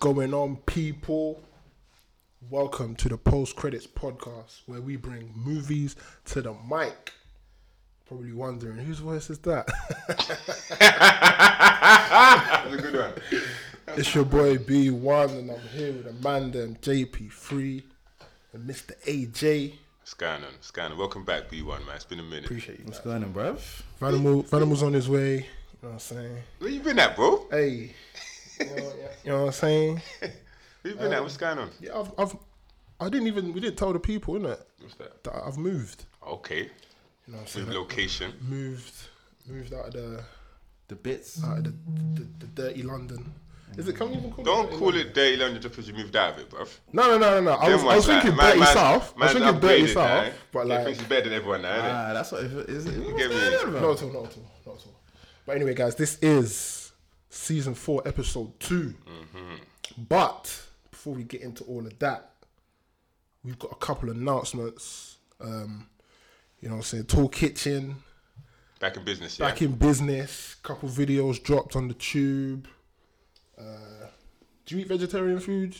going on, people? Welcome to the Post Credits Podcast, where we bring movies to the mic. Probably wondering whose voice is that? That's a good one. it's your boy B1, and I'm here with Amanda and JP3 and Mr. AJ. Scannon, Scannon, welcome back, B1, man. It's been a minute. Appreciate you. What's going on, bruv? Vanimal, Vanimal's on his way. You know what I'm saying? Where you been at, bro? Hey, you know, you know what I'm saying? Where you been Uh, at? What's going on? Yeah, I've, I've, I didn't even, we didn't tell the people, innit? What's that? That I've moved. Okay. You know what I'm saying? Good location. moved moved out of the The bits. out of the, the, the dirty London. Is it? Can we even call it? Don't dirty call London? it Dirty London just because you moved out of it, bruv. No, no, no, no, no. I Them was, I ones, was like, thinking man- dirty man's- south. I was man's thinking dirty upgraded, south, man. but He like Uh, thinks he's better than everyone now, innit? Ah, that's what it is. It, get me? not at all, not at all, not at all. But anyway, guys, this is season four, episode 2 Mm-hmm. But before we get into all of that, we've got a couple of announcements. Um, you know, what I'm saying Tall Kitchen Back in business, yeah. back in business. Couple videos dropped on the tube. Uh, do you eat vegetarian food?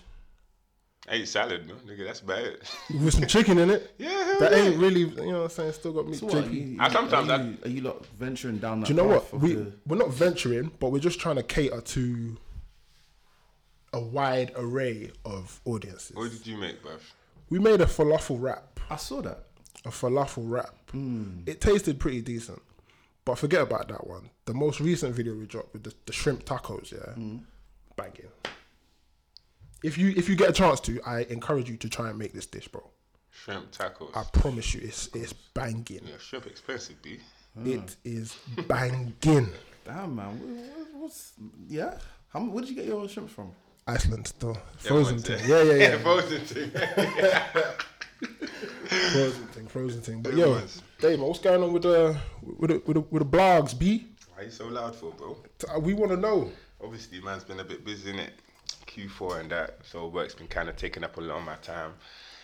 I ate salad, man. Nigga, that's about it. with some chicken in it. Yeah, hell that yeah. ain't really. You know what I'm saying? Still got meat. JP. I sometimes are you, are you lot venturing down that Do you know what? path of We the- we're not venturing, but we're just trying to cater to a wide array of audiences. What did you make, bruv? We made a falafel wrap. I saw that. A falafel wrap. It tasted pretty decent, but forget about that one. The most recent video we dropped with the, the shrimp tacos, yeah, banging. If you if you get a chance to, I encourage you to try and make this dish, bro. Shrimp tacos. I promise you, it's it's banging. yeah, shrimp expensive, B. It is banging. Damn, man. What, what, what's yeah? How mu- where did you get your shrimp from? Iceland still. Frozen one's thing. there. Yeah, yeah, yeah. Yeah, frozen thing. frozen thing, frozen thing. But yo, Dave, what's going on with the with the, with the, with the blogs, B? Why you so loud for, bro? T- uh, We want to know. obviously man's been a bit busy in it q4 and that so work's been kind of taking up a lot of my time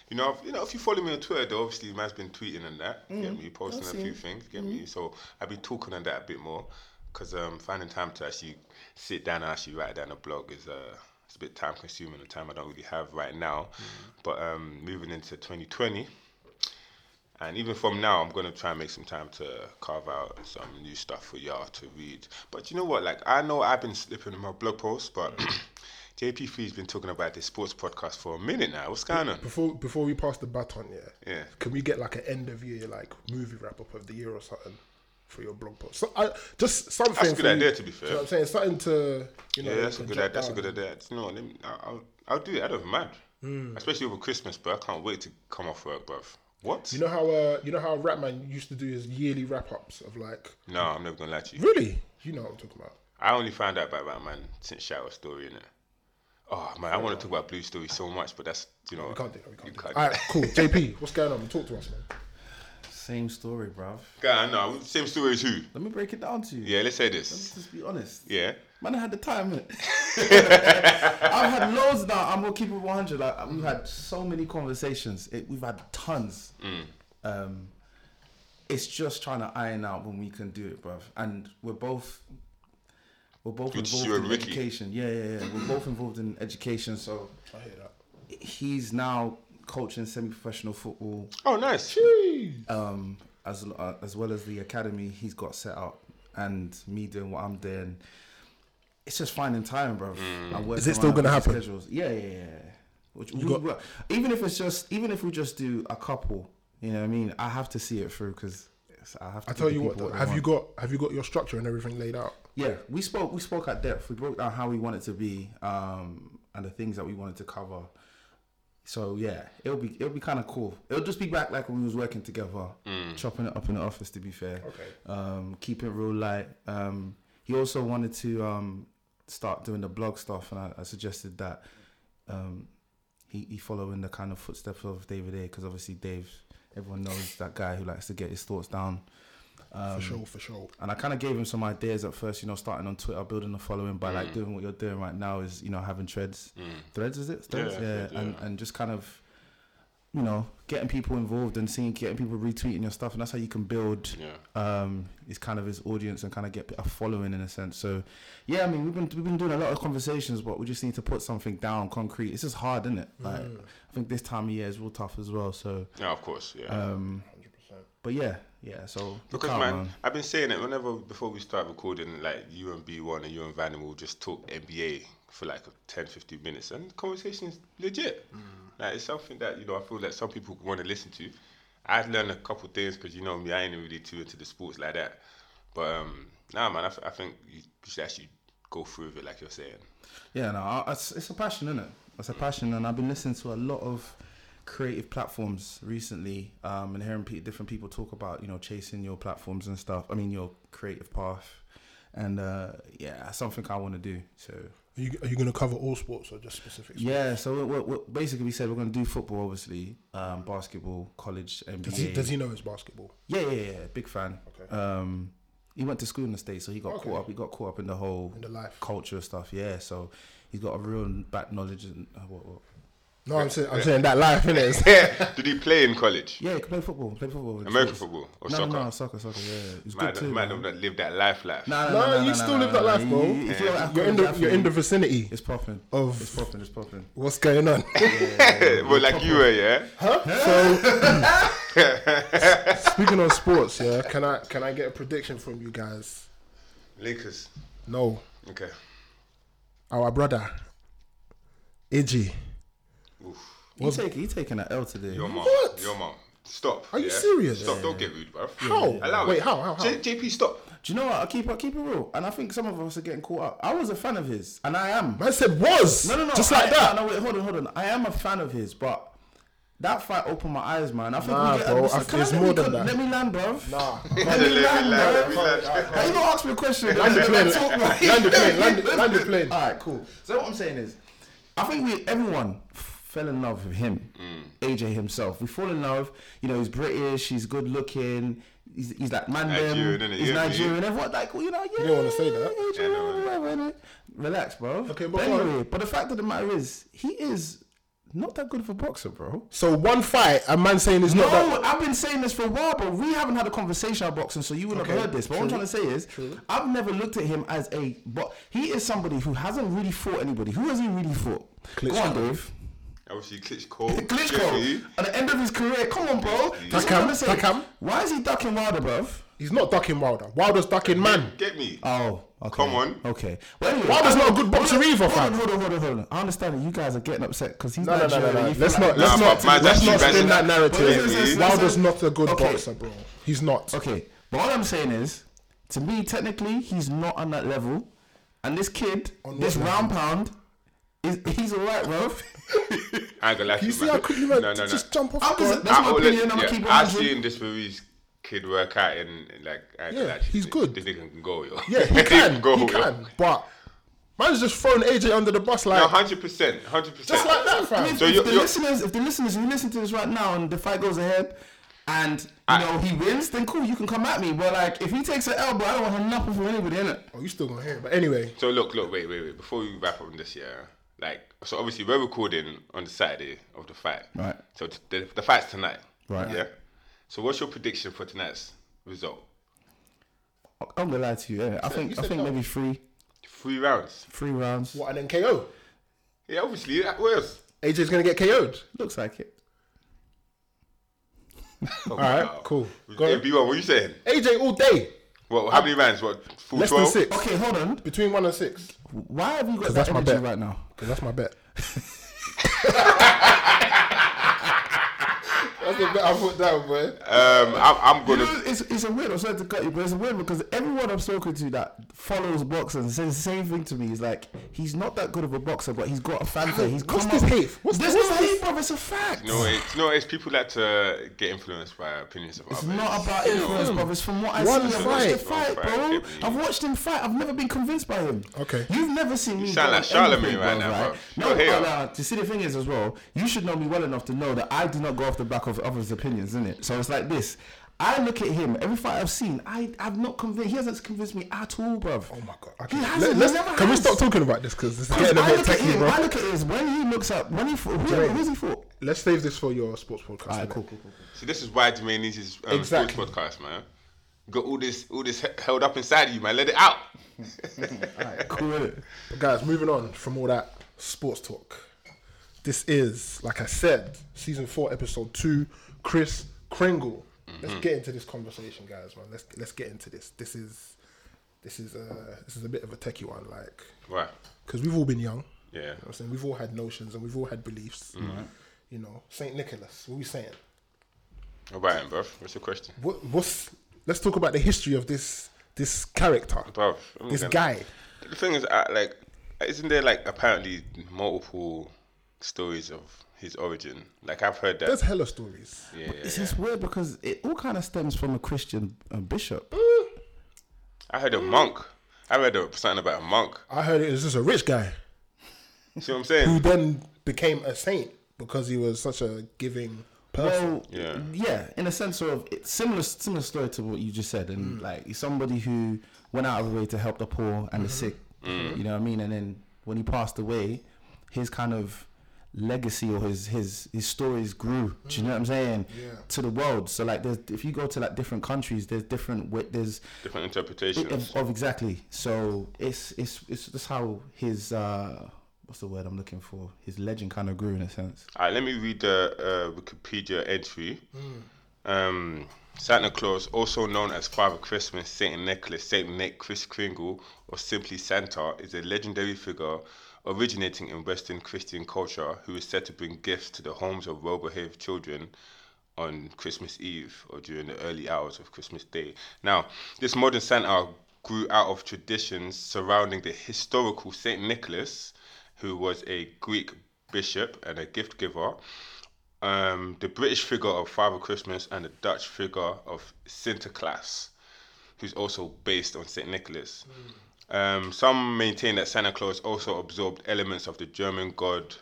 you know if, you know if you follow me on twitter though obviously man's been tweeting and that get me posting a few things get me so i've been talking on that a bit more because um, finding time to actually sit down and actually write down a blog is uh it's a bit time consuming and time i don't really have right now but um moving into 2020 and even from now, I'm gonna try and make some time to carve out some new stuff for y'all to read. But you know what? Like I know I've been slipping in my blog posts, but JP Free's been talking about this sports podcast for a minute now. What's going on? Before before we pass the baton, yeah, Yeah. Can we get like an end of year like movie wrap up of the year or something for your blog post? So, I, just something. That's a for good you- idea, to be You know fair. what I'm saying? Something to you know. Yeah, that's a to good jot idea. That's a down. good idea. You know, what, let me, I'll, I'll, I'll do it. I don't mind, Hmm. especially over Christmas, bro. I can't wait to come off work, bro. What? You know how uh, you know how Ratman used to do his yearly wrap ups of like No, I'm never gonna lie to you. really, you know what I'm talking about. I only found out about that man since Shower Story, innit? Oh man, I want to talk about Blue Story so much, but that's you know We can't do that. We can't. you do that. can't All right, cool. JP, what's going on? Talk to us, man. Same story, bruv. God, no, same story as you. Let me break it down to you. Yeah, let's say this. Let's just be honest. Yeah. Man, I had the time. innit? I've had loads now. I'm gonna keep it 100. Like we've had so many conversations. It, we've had tons. Mm. Um, it's just trying to iron out when we can do it, bruv. And we're both we're both Good involved steward, in Ricky. education. Yeah, yeah, yeah. We're both involved in education. So I hear that. he's now coaching semi-professional football Oh, nice. um, as uh, as well as the academy he's got set up, and me doing what I'm doing. It's just finding time, bro. Is it still gonna happen? Schedules. Yeah, yeah, yeah. Which, we- we- even if it's just, even if we just do a couple, you know what I mean. I have to see it through because I have to. I tell give you the what, people though, they have you want. got have you got your structure and everything laid out? Yeah, we spoke. We spoke at depth. We broke down how we want it to be, um, and the things that we wanted to cover. So yeah, it'll be it'll be kind of cool. It'll just be back like when we was working together, chopping it up in the office. To be fair, Okay. Um, keep it real light. Um, he also wanted to um start doing the blog stuff, and I, I suggested that um he he follow in the kind of footsteps of David A. Because obviously Dave, everyone knows that guy who likes to get his thoughts down. Um, for sure, for sure. And I kind of gave him some ideas at first, you know, starting on Twitter, building a following by Mm. like doing what you're doing right now is, you know, having threads. Threads, is it? Threads? Yeah, Yeah. threads, And, and just kind of you know, getting people involved and seeing, getting people retweeting your stuff, and that's how you can build Yeah. um, his kind of his audience and kind of get a following in a sense. So, yeah, I mean, we've been we've been doing a lot of conversations, but we just need to put something down concrete. It's just hard, isn't it? Like, Mm. I think this time of year is real tough as well. So, No, of course, yeah. um, but yeah, yeah. So Because look out, man, I've been saying it whenever before we start recording, like you and B one and you and Van will just talk NBA for like 10, 15 minutes, and the conversation's legit. Like it's something that you know I feel that some people want to listen to. I've learned a couple things because you know me, I ain't really too into the sports like that. But um, nah, man, I, th- I think you should actually go through with it like you're saying. Yeah, no, I, it's, it's a passion, isn't it? It's a passion, and I've been listening to a lot of creative platforms recently, um, and hearing pe different people talk about you know chasing your platforms and stuff. I mean, your creative path, and uh, yeah, that's something I want to do. So Are you, are you going to cover all sports or just specific? Sports? yeah, so we we we basically we said we're going to do football, obviously, um, basketball, college, NBA. Does he, does he know his basketball? Yeah, yeah, yeah, yeah, big fan. Okay. Um, he went to school in the states, so he got Okay. caught up. He got caught up in the whole In the life. culture stuff. Yeah, so he's got a real back knowledge and uh, what, what. No, I'm saying I'm saying that life, innit? it? Did he play in college? Yeah, he can play football. Play football. with the American States. football or no, soccer? No, no, soccer, soccer. Yeah, yeah. he's Man, good too. man, man. that lived that life, life. No, No, you still live that life, bro. You- you- if you're an You're in the athlete, you're in the vicinity It's popping. of- It's popping. It's popping. what's going on. well, like you were, yeah. so speaking of sports, yeah, can I can I get a prediction from you guys? Lakers. No, Okay. our brother, Iggy. Oof. You take. You taking an L today. Your mom. What? Your mom. Stop. Are you serious? Stop. Don't get rude, bro. How? Allow Wait, it. how, how, how? J- JP, stop. Do you know what? I keep. I keep it real, and I think some of us are getting caught up. I was a fan of his, and I am. Man said was No, no, no. just I- like that. No, no, wait, hold on, hold on. I am a fan of his, but that fight opened my eyes, man. I think Nah, we get. bro, listen, I- can it's let more me than con- that. Let me land, bruv. Nah, Let me land, land, bro. let me land. Hey, you don't ask me a question. land the plane, Talk, bro. land the plane, land, the- land the plane. All right, cool. So what I'm saying is, I think we everyone f- fell in love with him, Mm. AJ himself. We fall in love. You know, he's British. He's good looking. He's, he's like man, them, Nigerian, innit? He's Yeah, Nigerian. Everyone like, you know, yeah. You don't wanna say that. Yeah, no, no. Relax, bro. Okay, but but go on. anyway, but the fact of the matter is, he is not that good of a boxer, bro. So one fight, a man saying it's not that. No, I've been saying this for a while, but we haven't had a conversation about boxing, so you wouldn't Okay, have heard this. But what I'm true, trying to say is, I've never looked at him as a. But he is somebody who hasn't really fought anybody. Who has he really fought? Go on, Dave. Obviously, Klitschko. Klitschko. JP. At the end of his career, come on, bro. That's what I'm Duck him, trying to say. duck him. Why is he ducking Wilder, bruv? He's not ducking Wilder. Wilder's ducking man. Get me. Uh, Oh, okay. Come on. Okay. Well, anyway, Wilder's I- not a good boxer either, Hold on, fam. hold on, hold on, hold on. I understand that you guys are getting upset because he's No, no, not. no, no, no. Let's Let's not, Nah, let's but not, let's man, that's not you, spin that man. narrative. Listen, listen, Wilder's listen. not a good Okay. boxer, bro. He's not. Okay, but all I'm saying is, to me, technically, he's not on that level. And this kid, On this what round pound, is he's alright, bro. I ain't gonna lie to You you, see man. how quickly No, man no, no. just jump off. I'm the just- guard? That's I- my oh, look, opinion, I'ma yeah, keep it I've 100. seen this Burry's kid work out and, and like, I ain't gonna Yeah, lie to you, he's the- good. The nigga can go, yo. Yeah, he can. go, he yo. can. But man's just throwing AJ under the bus No, like hundred percent, hundred percent. just like that, I mean, fam. if, So you- the you- listeners, if the listeners who listen to this right now and the fight goes ahead, and you know he wins, then cool, you can come at me. But like, if he takes an elbow, I don't want to have nothing from anybody, innit? Oh, you still gonna hear it? But anyway, So look, look, wait, wait, wait. Before we wrap up on this, yeah. Like, so obviously we're recording on the Saturday of the fight. Right. So t- the, the fight's tonight. Right. Yeah. So what's your prediction for tonight's result? I'm gonna lie to you. innit? I think I said think no. maybe three, Three rounds. three rounds. what and then KO. Yeah, obviously. yeah, What else? AJ's gonna get KO'd. Looks like it. All right, cool. Go Hey, on. B1, what are you saying? AJ all day, What? How many rounds? What? Full less than twelve. six, Okay, hold on. between one and six. Why have you got that that's my energy bet. right now? 'Cause that's my bet. that's the bet I put down, boy. Um, I'm, I'm You know, gonna. it's, it's a weird. I'm sorry to cut you, but it's a weird because everyone I've spoken to that follows boxing says the same thing to me. Is like he's not that good of a boxer, but he's got a fan base. He's What's come this up- hate? What's- There's what's no this- hate, bro. It's a fact. No, it's no, it's people like to get influenced by opinions of It's others. not about influence, bro. It's from what I One see. I've watched him fight. fight, One bro. fight, every- I've watched him fight. I've never been convinced by him. Okay. You've never seen me. sound go like on anything, Charlemagne right now, bro. No, You're here. but, uh, to see the thing is as well, you should know me well enough to know that I do not go off the back of others' opinions, innit? So it's like this. I look at him, every fight I've seen, I, I've not convinced, he hasn't convinced me at all, bruv. Oh my god. Okay. He hasn't, Let, he let's, never can we has. stop talking about this? Because this is Because getting a I bit look at techy, him, bro. I look at his, when he looks up, when he, fought- who, Jermaine. who's he fought? Let's save this for your sports podcast. Alright, innit? cool, cool, cool. See, this is why Jermaine needs his um, Exactly. sports podcast, man. You got all this, all this he- held up inside of you, man. Let it out. cool. Alright, cool innit? But guys, moving on from all that sports talk. This is, like I said, season four, episode two. Chris Kringle. Let's get into this conversation, guys. Man, let's let's get into this. This is this is a this is a bit of a techie one, like Right. because we've all been young. Yeah. You know what I'm saying we've all had notions and we've all had beliefs. You know, Saint Nicholas. What are we saying? All right, bruv. What's your question? What, what's let's talk about the history of this this character, Bruv. I'm this gonna- guy. The thing is, I, like, isn't there, like, apparently multiple stories of his origin? Like, I've heard that. There's hella stories. yeah, yeah, It's yeah. just weird because it all kind of stems from a Christian uh, bishop. I heard a monk. I read a, something about a monk. I heard it was just a rich guy. See what I'm who saying? then became a saint because he was such a giving person. Well, Yeah. yeah, in a sense of it's similar, similar story to what you just said, and like he's somebody who went out of the way to help the poor and the sick. You know what I mean? And then when he passed away, his kind of legacy or his his his stories grew. Do you know what I'm saying? Yeah. To the world. So like, there's if you go to like different countries, there's different wa- there's Different It- interpretations. Of, of exactly. So it's it's it's just how his uh what's the word I'm looking for? His legend kind of grew in a sense. All right, let me read the uh, Wikipedia entry. Um, Santa Claus, also known as Father Christmas, Saint Nicholas, Saint Nick, Chris Kringle, or simply Santa, is a legendary figure originating in Western Christian culture who is said to bring gifts to the homes of well behaved children on Christmas Eve or during the early hours of Christmas Day. Now, this modern Santa grew out of traditions surrounding the historical Saint Nicholas, who was a Greek bishop and a gift giver, um, the British figure of Father Christmas, and the Dutch figure of Sinterklaas, who's also based on Saint Nicholas. Um, some maintain that Santa Claus also absorbed elements of the German god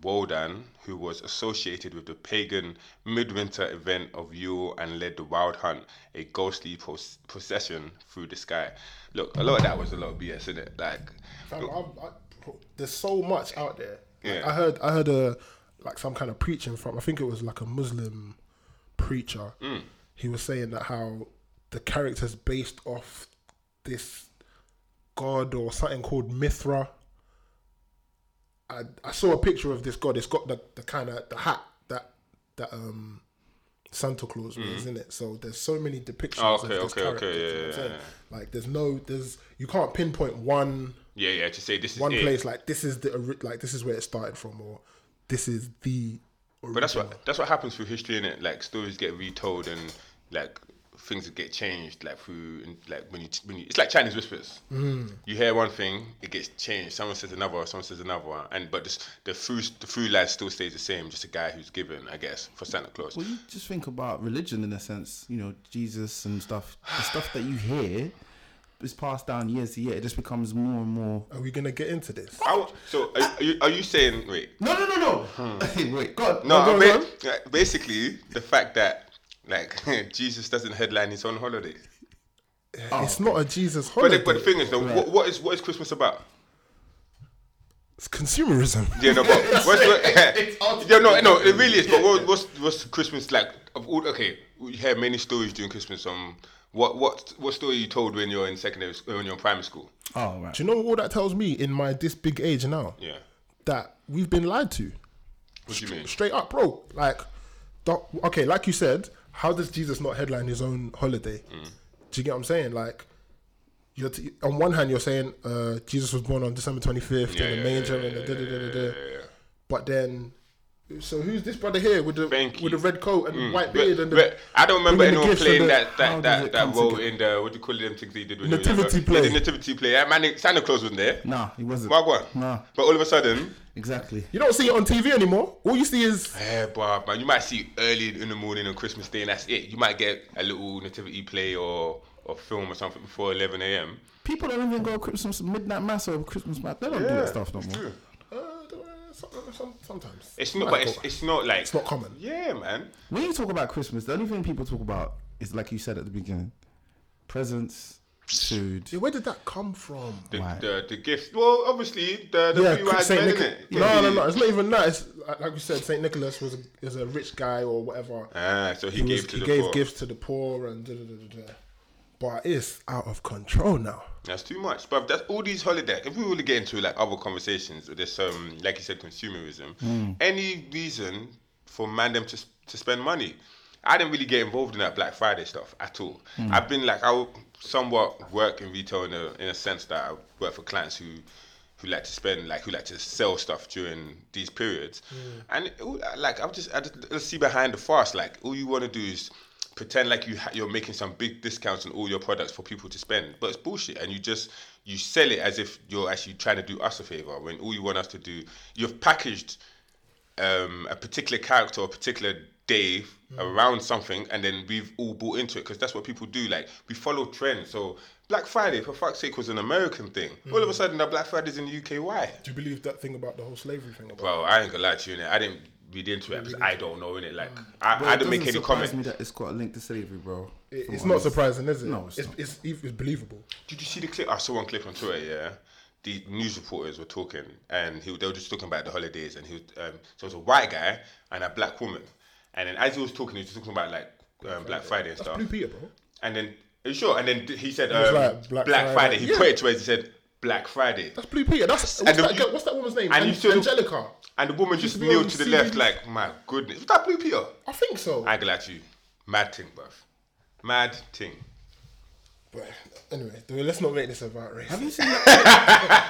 Wodan, who was associated with the pagan midwinter event of Yule and led the Wild Hunt, a ghostly pos- procession through the sky. Look, a lot of that was a lot of BS, isn't it? Like, Fam, I, I, bro, there's so much out there. Like, Yeah. I heard I heard a like some kind of preaching from I think it was like a Muslim preacher. Mm. He was saying that how the character's based off this god or something called Mithra. I, I saw a picture of this god. It's got the, the kind of the hat that that um Santa Claus wears, isn't it? So there's so many depictions Mm. Oh, okay, of this okay, okay, character. do you know yeah, what I'm yeah, saying? Like there's no there's you can't pinpoint one yeah, yeah, to say this is one it. place like this is the ori- like this is where it started from or this is the original. But that's what that's what happens through history, innit? Like stories get retold and like things get changed, like through and, like when you when you it's like Chinese whispers. Mm. You hear one thing, it gets changed. Someone says another, someone says another, one, and but this, the through the through line still stays the same. Just a guy who's given, I guess, for Santa Claus. Well, you just think about religion in a sense, you know, Jesus and stuff. The stuff that you hear is passed down years to year. It just becomes more and more. are we gonna get into this How- so are, are you are you saying wait? No, no, no, no. Hey, wait, God. Hmm. No, go on, ba- go on. like, basically the fact that like Jesus doesn't headline his own holiday. it's not a jesus But holiday the, but the thing is, though, what, what is what is Christmas about? it's consumerism Yeah, no, but what's, what, yeah, no, no, it really is. But what, what's what's Christmas like? Of all, okay, we hear many stories during Christmas. Um, what what what story you told when you're in secondary sc- when you're in primary school? Oh, right. do you know what all that tells me in my this big age now Yeah, that we've been lied to what do you mean? straight up bro like the, okay like you said how does jesus not headline his own holiday Mm. do you get what i'm saying like you're t- on one hand you're saying uh, jesus was born on december 25th in the manger and the da da da da da But then, so who's this brother here with the Thank with you. Mm. the red coat and white beard But, and the but I don't remember bringing the anyone gifts and playing the- that how that, does that, it that come role together? in the what do you call them things they did when you were Nativity younger? Yeah, play. the nativity play. Yeah, man, Santa Claus wasn't there. Nah, he wasn't. Wagwan. Nah, But all of a sudden, exactly. You don't see it on TV anymore. All you see is Yeah, bruv, man. You might see early in the morning on Christmas Day, and that's it. You might get a little nativity play or or film or something before 11 a.m. People don't even go to Christmas midnight mass or Christmas mass. They don't do that stuff no more. uh, some- some- sometimes oh, It's not, but it's, it's not like It's not common. Yeah, man. When you talk about Christmas, the only thing people talk about is like you said at the beginning, presents, food. Yeah, where did that come from? The, Right. the, the gift. Well, obviously, the, the yeah, few eyes Saint men, Nicholas. innit? No, no, no. It's not even that. It's like like you said, Saint Nicholas was a, is a rich guy or whatever. Ah, so he, he gave was, to he the gave poor. gifts to the poor and da, da, da, da, da. but it's out of control now. That's too much, but that's all these holiday. If we were to get into like other conversations, this um, like you said, consumerism. Any reason for man them to to spend money? I didn't really get involved in that Black Friday stuff at all. I've been like I somewhat work in retail in a in a sense that I work for clients who who like to spend like who like to sell stuff during these periods, and it all- like I'm just I just I see behind the farce. Like all you want to do is pretend like you ha- you're making some big discounts on all your products for people to spend, but it's bullshit. And you just you sell it as if you're actually trying to do us a favor when all you want us to do you've packaged um, a particular character, or a particular day Hmm. around something, and then we've all bought into it because that's what people do. Like we follow trends. So Black Friday, for fuck's sake, was an American thing. All Hmm. of a sudden, now Black Friday's in the UK. Why? Do you believe that thing about the whole slavery thing? About Bro, I ain't gonna lie to you. Innit? I didn't read into it because I don't know innit. Like I, Bro, I Hmm. it didn't make doesn't any surprise comment. me that it's got a link to slavery, bro. It- Come it's on, not surprising, is it? No, it's it's, not. It's, it's, believable. Did you see the clip? I saw one clip on Twitter. Yeah, the news reporters were talking, and he they were just talking about the holidays, and he was um, so it was a white guy and a black woman, and then as he was talking, he was talking about like um, Black Friday and That's stuff. Blue Peter, bro. And then are you sure, and then th- he said was um, like, Black, Black Friday. Friday. He Yeah. put it to us. He said Black Friday, That's Blue Peter. That's And what's, the- that, girl- what's that woman's name? and An- you still- Angelica. and the woman just She's been kneeled on to the CBS. left. Like my goodness, was that Blue Peter? I think so. I ain't gonna lie to you, mad thing, bruv. Mad thing. but anyway, dude, let's not make this about race. Have you seen that?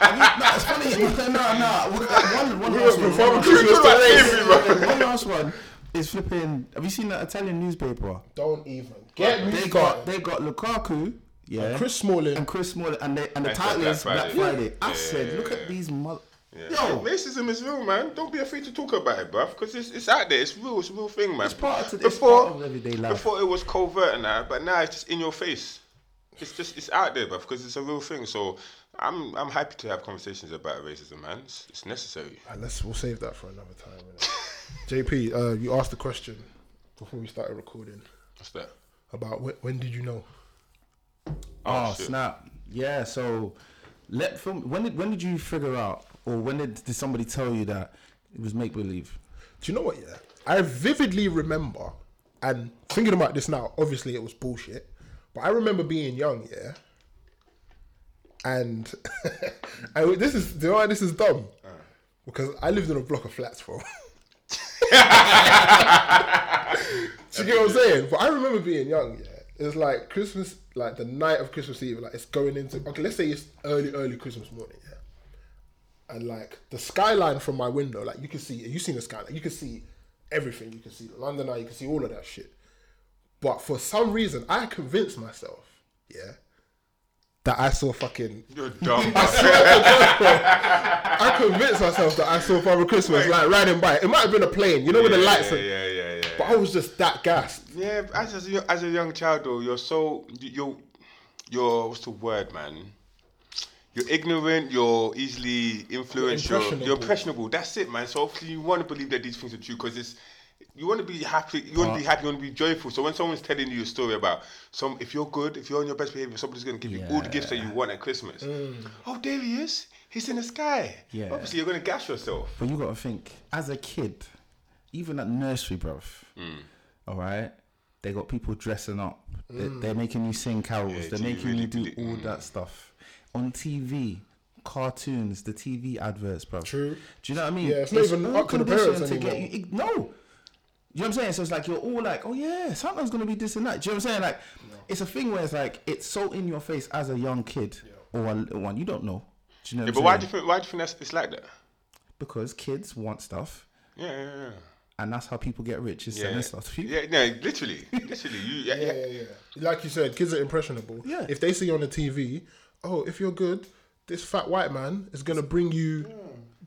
Have you, no, it's funny. No, no. One, one last one. Before One we last keep one. this to race. One last one is flipping. Have you seen that Italian newspaper? Don't even get They me got started. they got Lukaku, yeah, Chris Smalling. and Chris Smalling, and they and the And title Black is Black Friday. Friday. I Yeah. said, Yeah. look at these mother. Yeah. Yo, racism is real, man. Don't be afraid to talk about it, bruv, because it's, it's out there. It's real. It's a real thing, man. It's part of- it's part of everyday life. Before it was covert and that, but now it's just in your face. It's just it's out there, bruv, because it's a real thing. So I'm I'm happy to have conversations about racism, man. It's, it's necessary. Alright, Uh, let's we'll save that for another time. innit? JP, uh, you asked the question before we started recording What's that? about when, when did you know? oh, shit. snap, yeah. So, let film. When did when did you figure out, or when did, did somebody tell you that it was make believe? Do you know what? Yeah, I vividly remember, and thinking about this now, obviously it was bullshit, but I remember being young, yeah, and I, this is do you know why this is dumb? Because I lived in a block of flats, bro. Do you get what I'm saying? But I remember being young, yeah. It's like Christmas, like the night of Christmas Eve, like it's going into okay. Let's say it's early, early Christmas morning, yeah and like the skyline from my window, like you can see, you seen the skyline, you can see everything, you can see London Eye, you can see all of that shit. But for some reason, I convinced myself, yeah, that I saw fucking. You're dumb. I convinced myself that I saw Father Christmas like riding by. It might have been a plane, you know, with the lights. Yeah, and- yeah, yeah, yeah. But I was just that gassed. Yeah, but as as a, as a young child though, you're so you're you're what's the word, man? You're ignorant. You're easily influenced. You're impressionable. you're impressionable. That's it, man. So obviously you want to believe that these things are true because it's you want to be happy. You want to be happy. You want to be joyful. So when someone's telling you a story about some, if you're good, if you're on your best behavior, somebody's going to give you all the gifts that you want at Christmas. Oh, there he is. He's in the sky. Yeah. Obviously, you're going to gas yourself. But you got to think, as a kid, even at nursery, bruv, Mm. all right, they got people dressing up. They, Mm. They're making you sing carols. they're do you making really you do believe- all that stuff. On TV, cartoons, the TV adverts, bruv. True. Do you know what I mean? Yeah, it's not even all up to the conditioned parents anymore. you. ig- No. You know what I'm saying? So it's like you're all like, oh yeah, Santa's gonna be this and that. Do you know what I'm saying? Like, it's a thing where it's like it's so in your face as a young kid or a little one. You don't know. Do you know? Yeah, what but I'm why saying? do you think? Why do you think that's it's like that? Because kids want stuff Yeah, yeah, yeah. and that's how people get rich is Yeah, selling stuff to you. yeah, no, literally, literally, you, yeah, yeah, Yeah, yeah, yeah. Like you said, kids are impressionable. Yeah. If they see on the TV, oh, if you're good, this fat white man is gonna bring you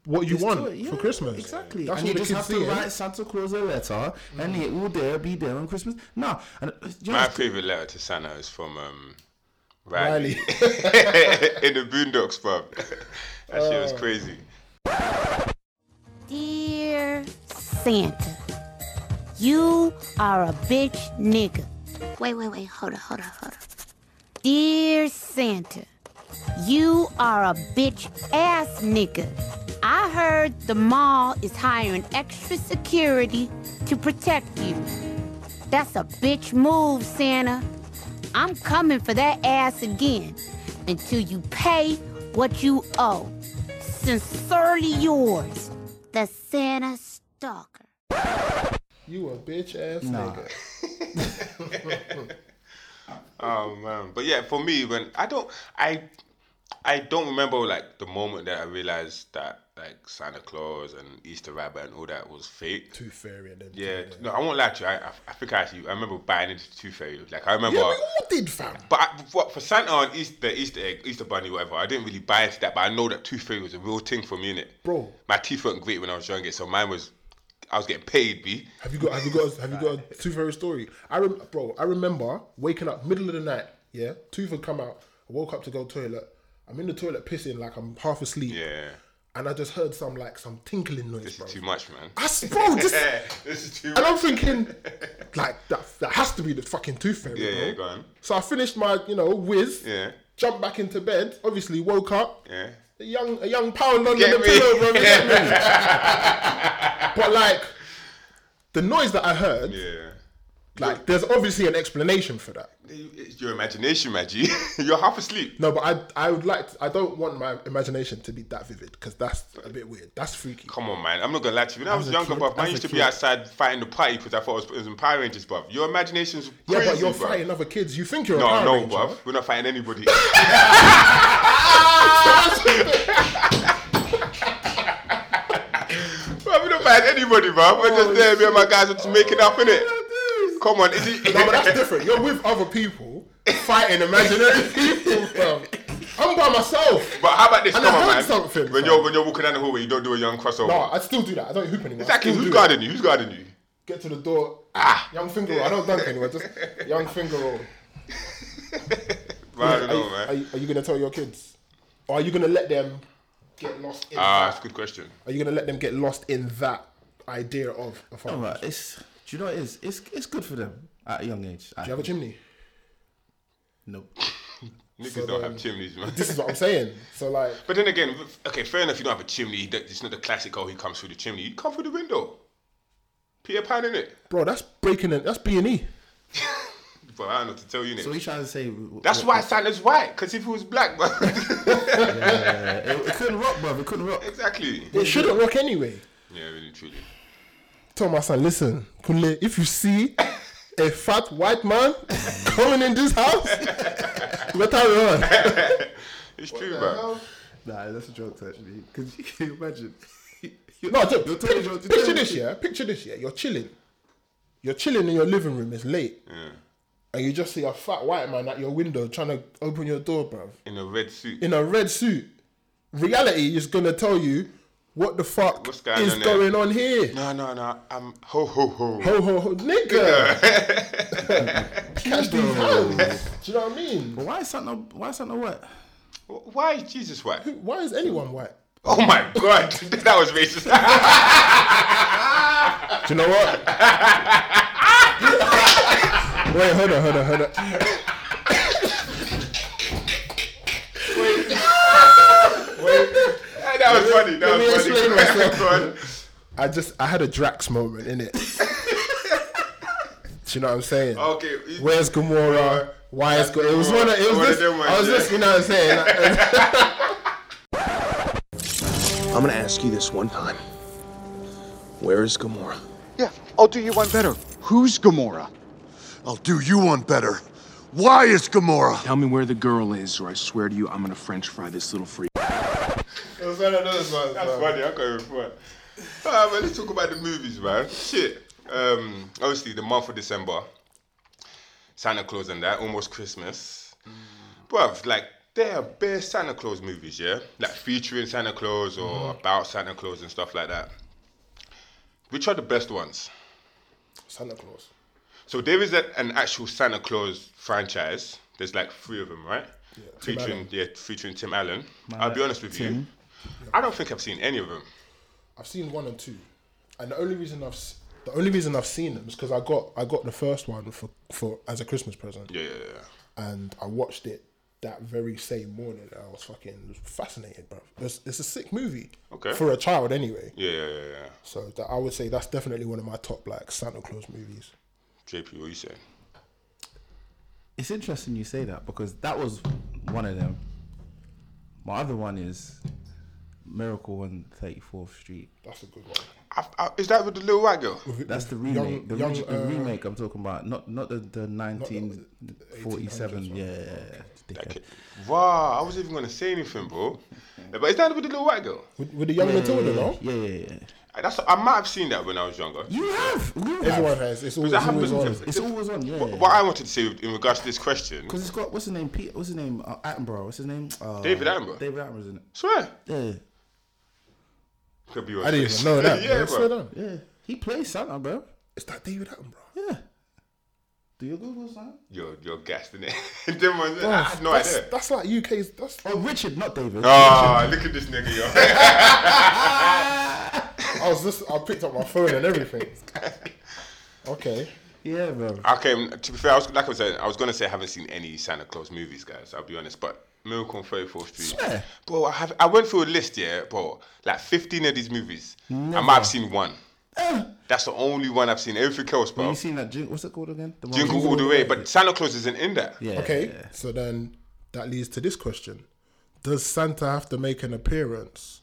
what you It's want to it, yeah, for Christmas. Exactly. That's and what you the just kids have see. to eh? write Santa Claus a letter and it will there be there on Christmas. No. And, uh, you My know, favorite letter to Santa is from um, Riley. Riley, in the Boondocks, bruv. That shit Oh. was crazy. Dear Santa, you are a bitch nigga. Wait, wait, wait. Hold on, hold on, hold on. Dear Santa, you are a bitch ass nigga. I heard the mall is hiring extra security to protect you. That's a bitch move, Santa. I'm coming for that ass again until you pay what you owe. Sincerely yours, the Santa Stalker. You a bitch ass nigga. Oh man, but yeah, for me, when I don't, I, I don't remember like the moment that I realized that like Santa Claus and Easter Rabbit and all that was fake. Too fairy and then Yeah, no, I won't lie to you. I, I, I think I actually I remember buying into Tooth Fairy. Like I remember. Yeah, we all did, fam. But I, for, for Santa and Easter, the Easter egg, Easter bunny, whatever, I didn't really buy into that. But I know that tooth fairy was a real thing for me, innit? Bro. my teeth weren't great when I was younger, so mine was. I was getting paid, b. Have you got have you got have you got a Tooth Fairy story? I rem- bro, I remember waking up middle of the night. Yeah, Tooth had come out. I woke up to go toilet. I'm in the toilet pissing like I'm half asleep. Yeah, And I just heard some like some tinkling noise, this bro. is too much, man. I s- bro, just this is too. and I'm thinking like that that has to be the fucking Tooth Fairy. Yeah, bro. yeah, go on. So I finished my you know whiz. Yeah. Jumped back into bed. Obviously woke up. Yeah. A young a young pound under Get the me. pillow, bro. you get me? but like the noise that I heard. Yeah. Like, there's obviously an explanation for that. It's your imagination, my G. You're half asleep. No, but I, I would like. To, I don't want my imagination to be that vivid because that's a bit weird. That's freaky. Come on, man. I'm not gonna lie to you. When I was a younger, kid- bruv, as man a used to be kid. outside fighting the party because I thought I was, it was in Power Rangers, bruv. Your imagination's yeah, crazy, but you're bruv. fighting other kids. You think you're a No, Power no, Ranger. bruv. We're not fighting anybody. bruv, we're not fighting anybody, bruv. We're just there. Me and my guys are just making up, innit? Come on, is it? No, but that's different. You're with other people fighting imaginary people. Bro. I'm by myself. But how about this? And I Come on, heard man. something, when fam. you're when you're walking down the hallway, you don't do a young crossover. No, Oh, I still do that. I don't hoop anymore. I exactly. still Who's do guarding you? Who's guarding you? that. Get to the door. Ah, young finger roll. I don't dunk anywhere. Just young finger roll. Bruh, I don't are, know, you, are, man. you, are you gonna tell your kids? Or are you gonna let them get lost in Ah, that? that's a good question. Are you gonna let them get lost in that idea of a farm? Alright, it's do you know what it is? It's it's good for them at a young age. Do you have a chimney? nope. Niggas So don't then- have chimneys, man. This is what I'm saying. So like, But then again, okay, fair enough. You don't have a chimney. that- It's not the classic. Oh, he comes through the chimney. You come through the window. Peter Pan in it. bro, that's breaking it. That's B and E. But I don't know what to tell you. So what innit? you trying to say? That's why Santa's white. Because if he was black, bro. it, it couldn't rock, bruv. It couldn't rock. exactly. It shouldn't work anyway. Yeah, really, truly. Tell my son, listen, Kunle, if you see a fat white man coming in this house, you better run. It's true, bro. Nah, that's a joke actually. Because you can you imagine. No, just You're pic- telling- you're picture telling- this, yeah. Picture this, yeah. You're chilling. You're chilling in your living room. It's late, Yeah. and you just see a fat white man at your window trying to open your door, bro. In a red suit. in a red suit. Reality is gonna tell you what the fuck What's going is on there? going on here. No, no, no. I'm ho, ho, ho. Ho ho ho, nigga. Catch these hands. Do you know what I mean? But why is Santa? Why is Santa what? Why is Jesus white? Why is anyone white? Oh my God, that was racist. Do you know what? Wait, hold on, hold on, hold on. that was funny. That Let me was funny. explain myself. Go on. I just I had a Drax moment in it. Do you know what I'm saying? Okay. Where's Gamora? Why is Gamora? It was one. Of, it was One of this. them ones, I was yeah. just. You know what I'm saying? I'm gonna ask you this one time. Where is Gamora? Yeah, I'll do you one better. Who's Gamora? I'll do you one better. Why is Gamora? Tell me where the girl is, or I swear to you, I'm gonna French fry this little freak. It was one of those ones. That's bro. funny. I can't even front. Ah, man, let's talk about the movies, man. Shit. Um, obviously, the month of December, Santa Claus and that, almost Christmas. Mm. Bruv, like, there are bare Santa Claus movies, yeah? Like, featuring Santa Claus or Mm-hmm. about Santa Claus and stuff like that. Which are the best ones? Santa Claus. So there is a, an actual Santa Claus franchise. There's like three of them, right? Yeah, featuring yeah, featuring Tim Allen. I'll be honest with you. I don't think I've seen any of them. I've seen one and two, and the only reason I've s- the only reason I've seen them is because I got I got the first one for for as a Christmas present, Yeah, yeah, yeah. and I watched it that very same morning. And I was fucking fascinated, bro. It's, it's a sick movie Okay. for a child, anyway. Yeah, yeah, yeah, yeah. So that I would say that's definitely one of my top like Santa Claus movies. JP, what you saying? It's interesting you say that because that was one of them. My other one is Miracle on 34th Street. That's a good one. I, I, is that with the little white girl? That's the Young- remake. the, young, reg- the uh, remake I'm talking about, not not the, the 1947. yeah, yeah, yeah. dickhead. Okay. Wow, I was even gonna say anything, bro. But is that with the little white girl? With, with the young Matilda, no? yeah, yeah, yeah. That's I might have seen that when I was younger. You have. You Everyone have. has. It's always, that always on. happens. It's always on. Yeah. What, what I wanted to say in regards to this question, Because it's got what's his name? Pete. What's his name? Uh, Attenborough. What's his name? Uh, David Attenborough. David Attenborough's in it. swear, Yeah, could be. I didn't even know that. yeah, yeah, bro. bro. yeah. He plays Santa, bro. Is that David Attenborough? Yeah. Do your Google Santa? You're you're gassed in it. Them ones, I had no that's, idea. that's like UK's. That's Oh, Richard, not David. Ah, look at this nigga, yo. I was just. I picked up my phone and everything. Okay. Yeah, bro. okay, to be fair, I was like I was saying, I was gonna say I haven't seen any Santa Claus movies, guys. I'll be honest, but Miracle on 34th Street, Swear. bro. I have I went through a list, yeah, bro. Like 15 of these movies, I might have seen one. That's the only one I've seen. Everything else, bro. you seen that? Jing- What's it called again? The one- Jingle all the way, but Santa Claus isn't in that. Yeah. Okay. So then that leads to this question: Does Santa have to make an appearance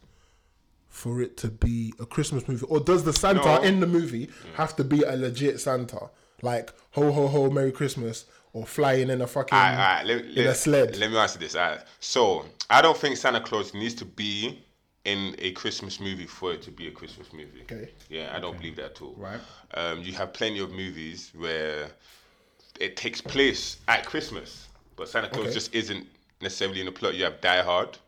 for it to be a Christmas movie, or does the Santa No. in the movie have to be a legit Santa, like ho ho ho Merry Christmas, or flying in a fucking All right, all right. Let, um, in let, a sled? Let me answer this. All right. So I don't think Santa Claus needs to be in a Christmas movie for it to be a Christmas movie. Okay. Yeah, I don't believe that at all. Right. Um, you have plenty of movies where it takes place at Christmas, but Santa Claus Okay. just isn't necessarily in the plot. You have Die Hard.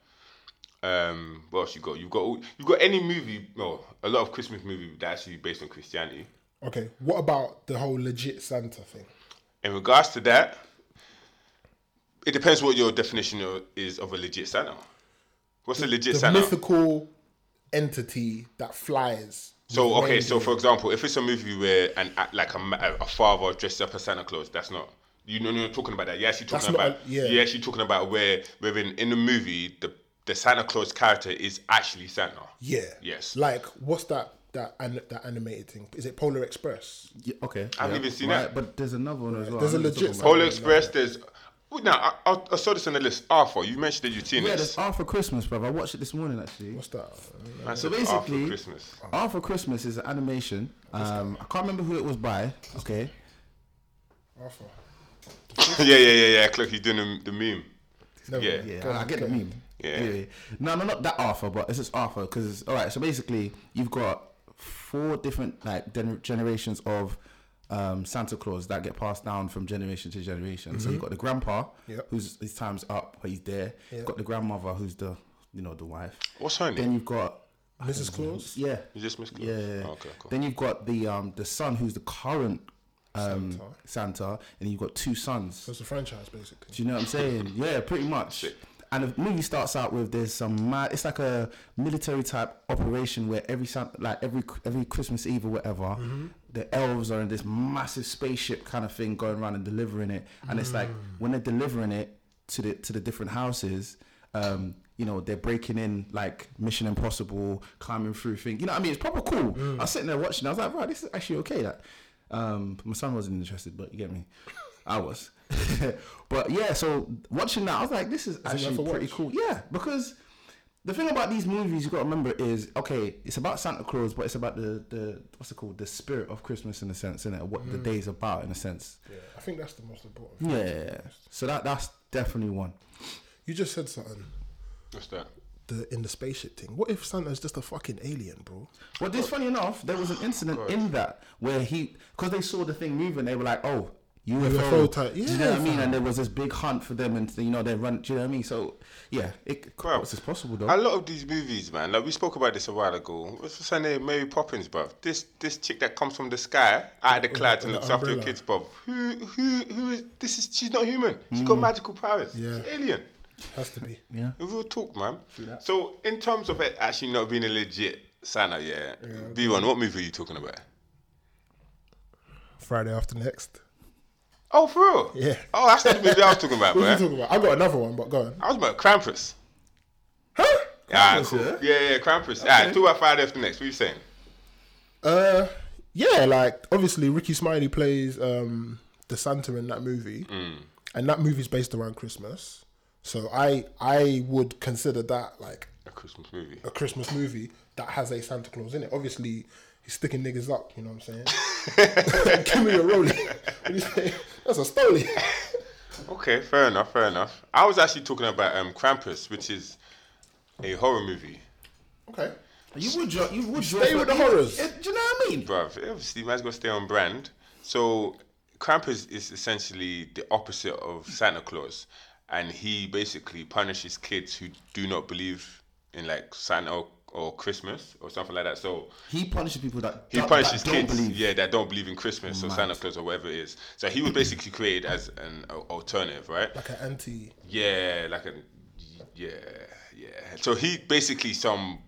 Um, what else you got? You got all- you got any movie? No, a lot of Christmas movie that's actually based on Christianity. Okay. What about the whole legit Santa thing? In regards to that, it depends what your definition of, is of a legit Santa. What's a legit The Santa? mythical entity that flies. so with okay, so reindeer. for example, if it's a movie where an act- like a, ma- a father dresses up as Santa Claus, that's not you know you're talking about that. You're actually talking That's not about a- yeah. you're actually talking about where wherein in the movie the the Santa Claus character is actually Santa. Yeah. Yes. Like, what's that that an, that animated thing? Is it Polar Express? Yeah, okay. I haven't yeah. even seen Right, that. But there's another one as well. There's I a know you're legit talking about. Polar Express. There's now I, I, I saw this on the list. Arthur, you mentioned that you've seen Yeah, this. there's R for Christmas, brother. I watched it this morning actually. What's that? Man So said Arthur basically, Christmas. R for Christmas is an animation. Um, I can't remember who it was by. Okay. Arthur. yeah, yeah, yeah, yeah. Clark, you're doing the, the meme. Never Yeah. mind. Yeah, Go on, I get go the on. meme. Yeah. No, no, not that Arthur, but it's just Arthur because all right. So basically, you've got four different like den- generations of um, Santa Claus that get passed down from generation to generation. So you've got the grandpa, Mm-hmm. Yep. who's his time's up, but he's there. You've got the grandmother, who's the you know the wife. What's her Then name? you've got Mrs. Claus? yeah, You just missed. Clark? yeah. yeah. Oh, okay, cool. Then you've got the um the son who's the current um, Santa. and you've got two sons. So it's a franchise, basically. Do you know what I'm saying? yeah, pretty much. And the movie starts out with there's some mad. It's like a military type operation where every San- like every every Christmas Eve or whatever, the elves are in this massive spaceship kind of thing going around and delivering it. And it's like when they're delivering it to the to the different houses. Um, you know they're breaking in like Mission Impossible, climbing through things. You know what I mean? It's proper cool. Mm. I was sitting there watching. I was like, right, this is actually okay. That um, my son wasn't interested, but you get me. I was. but yeah, so watching that, I was like, this is worth actually a pretty watch? cool. Yeah, because the thing about these movies you got to remember is okay, it's about Santa Claus, but it's about the the what's it called, the spirit of Christmas in a sense, innit? What the day's about in a sense. Mm. Yeah. I think that's the most important. thing. Yeah. So that that's definitely one. You just said something. What's that? The in the spaceship thing. What if Santa's just a fucking alien, bro? But this, funny enough, there was an incident in that where he, because they saw the thing moving, they were like, oh, UFO. UFO type- Do you know what I mean? yeah. And there was this big hunt for them, and you know they run. Do you know what I mean? So yeah, it, Bro, it's possible though. A lot of these movies, man. Like we spoke about this a while ago. What's her name? Mary Poppins, bruv. This this chick that comes from the sky out of the clouds and the looks after your umbrella. kids, bruv. Who who who is this? Is she's not human. She's got magical powers. Mm. Yeah. She's alien. Has to be. Real talk, man. So in terms of it actually not being a legit Santa, yeah. B one, what movie are you talking about? Friday after next. Oh, for real? Yeah. Oh, that's the movie I was talking about, What are you man. talking about? I got another one, but go on. I was about Krampus. Huh? Ah, Krampus, cool. yeah? Yeah, yeah, Krampus. All right, talk about Friday After Next. What are you saying? Uh, yeah, like obviously Ricky Smiley plays um the Santa in that movie, and that movie's based around Christmas. So I I would consider that like A Christmas movie. a Christmas movie that has a Santa Claus in it. Obviously, he's sticking niggas up. You know what I'm saying? Give me a rollie. What do you say? That's a stoley. Okay, fair enough, fair enough. I was actually talking about um, Krampus, which is a horror movie. okay. You would draw. You would Stay with the horrors. It, do you know what I mean? Bruv, obviously, man's got to stay on brand. So, Krampus is essentially the opposite of Santa Claus. And he basically punishes kids who do not believe in like Santa or, or Christmas or something like that. So, He punishes people that He that- punishes that don't kids, believe. yeah, that don't believe in Christmas or Mad. Santa Claus or whatever it is. So he was basically created as an al- alternative, right? Like an anti. Yeah, like a, yeah, yeah. So he basically some,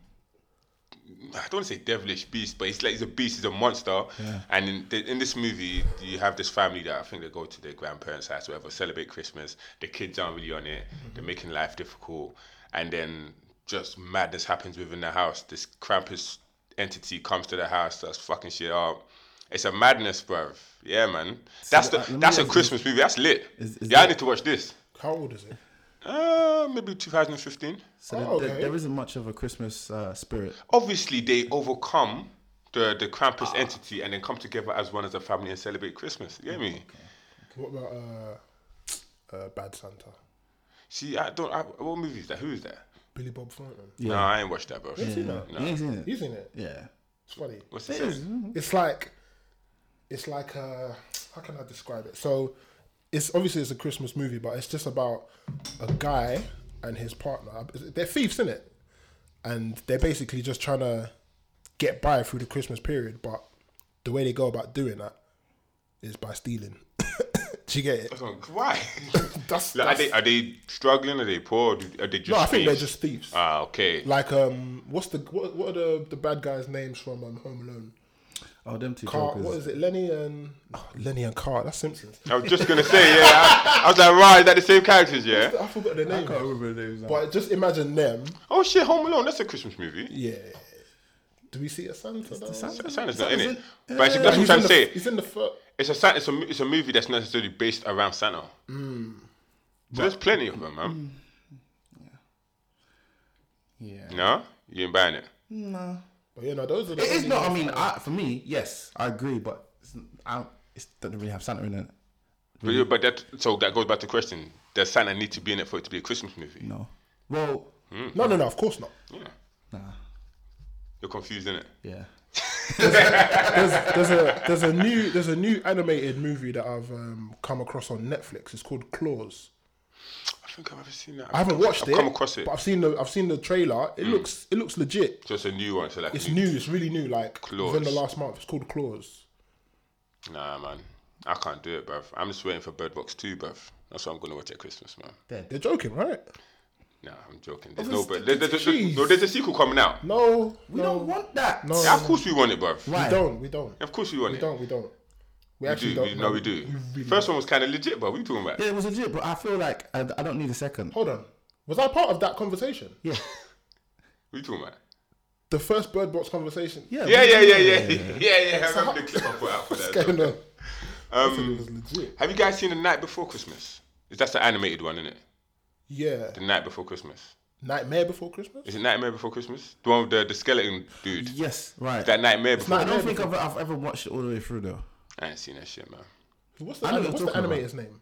I don't wanna say devilish beast, but he's like he's a beast, he's a monster. And in, th- in this movie, you have this family that I think they go to their grandparents' house, whatever, celebrate Christmas. The kids aren't really on it. Mm-hmm. They're making life difficult, and then just madness happens within the house. This Krampus entity comes to the house, starts fucking shit up. It's a madness, bruv. Yeah, man. That's uh, let the me that's a ask you- Christmas movie. That's lit. Is- is yeah, I that- need to watch this. How old is it? Uh, maybe 2015. So there- Oh, there- okay. there isn't much of a Christmas uh, spirit. Obviously, they overcome the the Krampus entity and then come together as one as a family and celebrate Christmas. You get me? What about uh, uh Bad Santa? See, I don't. I, what movie is that? Who is that? Billy Bob Thornton. No, I ain't watched that, bro. You ain't seen You it. Oh, seen it? Yeah. It's funny. What's it? say? it's like it's like uh how can I describe it? So it's obviously it's a Christmas movie, but it's just about a guy and his partner. They're thieves, in it, and they're basically just trying to get by through the Christmas period. But the way they go about doing that is by stealing. Do you get it? Oh, Why? That's, Like, are that's they are they struggling? Are they poor? Or do, are they just? no, I think they're thieves? just thieves. Ah, okay. Like um, what's the what, what are the, the bad guys' names from um, Home Alone? Oh, them two Car, jokers. what is it? Lenny and oh, Lenny and Car. That's Simpsons. I was just gonna say, yeah. I, I was like, right, is that the same characters? Yeah. I forgot their name. remember the names now. But just imagine them. Oh shit, Home Alone. That's a Christmas movie. Yeah. Do we see a Santa? though? Santa- Santa's not in it. Santa's in- But actually, that's what I'm He's trying in, to the, say. he's in the foot. It's a San- it's a it's a movie that's not necessarily based around Santa. Hmm. So there's plenty of them, man. Hmm. Yeah. No, you ain't buying it. But you know, those are the It only is not. I ones mean, I, for me, yes, I agree, but it's, I don't, it doesn't really have Santa in it. But, yeah, but that so that goes back to the question: Does Santa need to be in it for it to be a Christmas movie? No. Well, Hmm. that- No, no, no. Of course not. Yeah, nah. you're confused, innit? Yeah. There's, there's a there's a new there's a new animated movie that I've um, come across on Netflix. It's called Claws. I think I've ever seen that. I haven't I've- watched I've it. come across it. Hmm. But I've seen the I've seen the trailer. It looks it looks legit. So it's a new one. So like, It's new. It's really new. Like Claws. within the last month. It's called Claws. Nah, man, I can't do it, bruv. I'm just waiting for Bird Box 2, bruv. That's what I'm gonna watch at Christmas, man. They're joking, right? Nah, I'm joking. There's no, it's- Bird. there- there- there- jeez. no, there's a sequel coming out. No, We no, don't want that. no, Yeah, of no, course we want it, bruv. no. Why? We don't. We don't. Of course we want We it. don't. We don't. We We actually do. don't. We, no, we do. First one was kind of legit, but we talking about. Yeah, it was legit, but I feel like I, I don't need a second. Hold on. Was I part of that conversation? Yeah. We talking about. The first bird box conversation. Yeah. Yeah, yeah, yeah, yeah, yeah, yeah. yeah. I remember the clip I put out for What's that. going on? it Um, was legit. have you guys seen the night before Christmas? Is that the animated one, isn't it? Yeah. The night before Christmas. Nightmare Before Christmas. Is it Nightmare Before Christmas? The one with the, the skeleton dude. Yes. Right. That Nightmare Before. I don't think I've, I've ever watched it all the way through though. I ain't seen that shit, man. What's the, I know what what's you're the talking animator's name?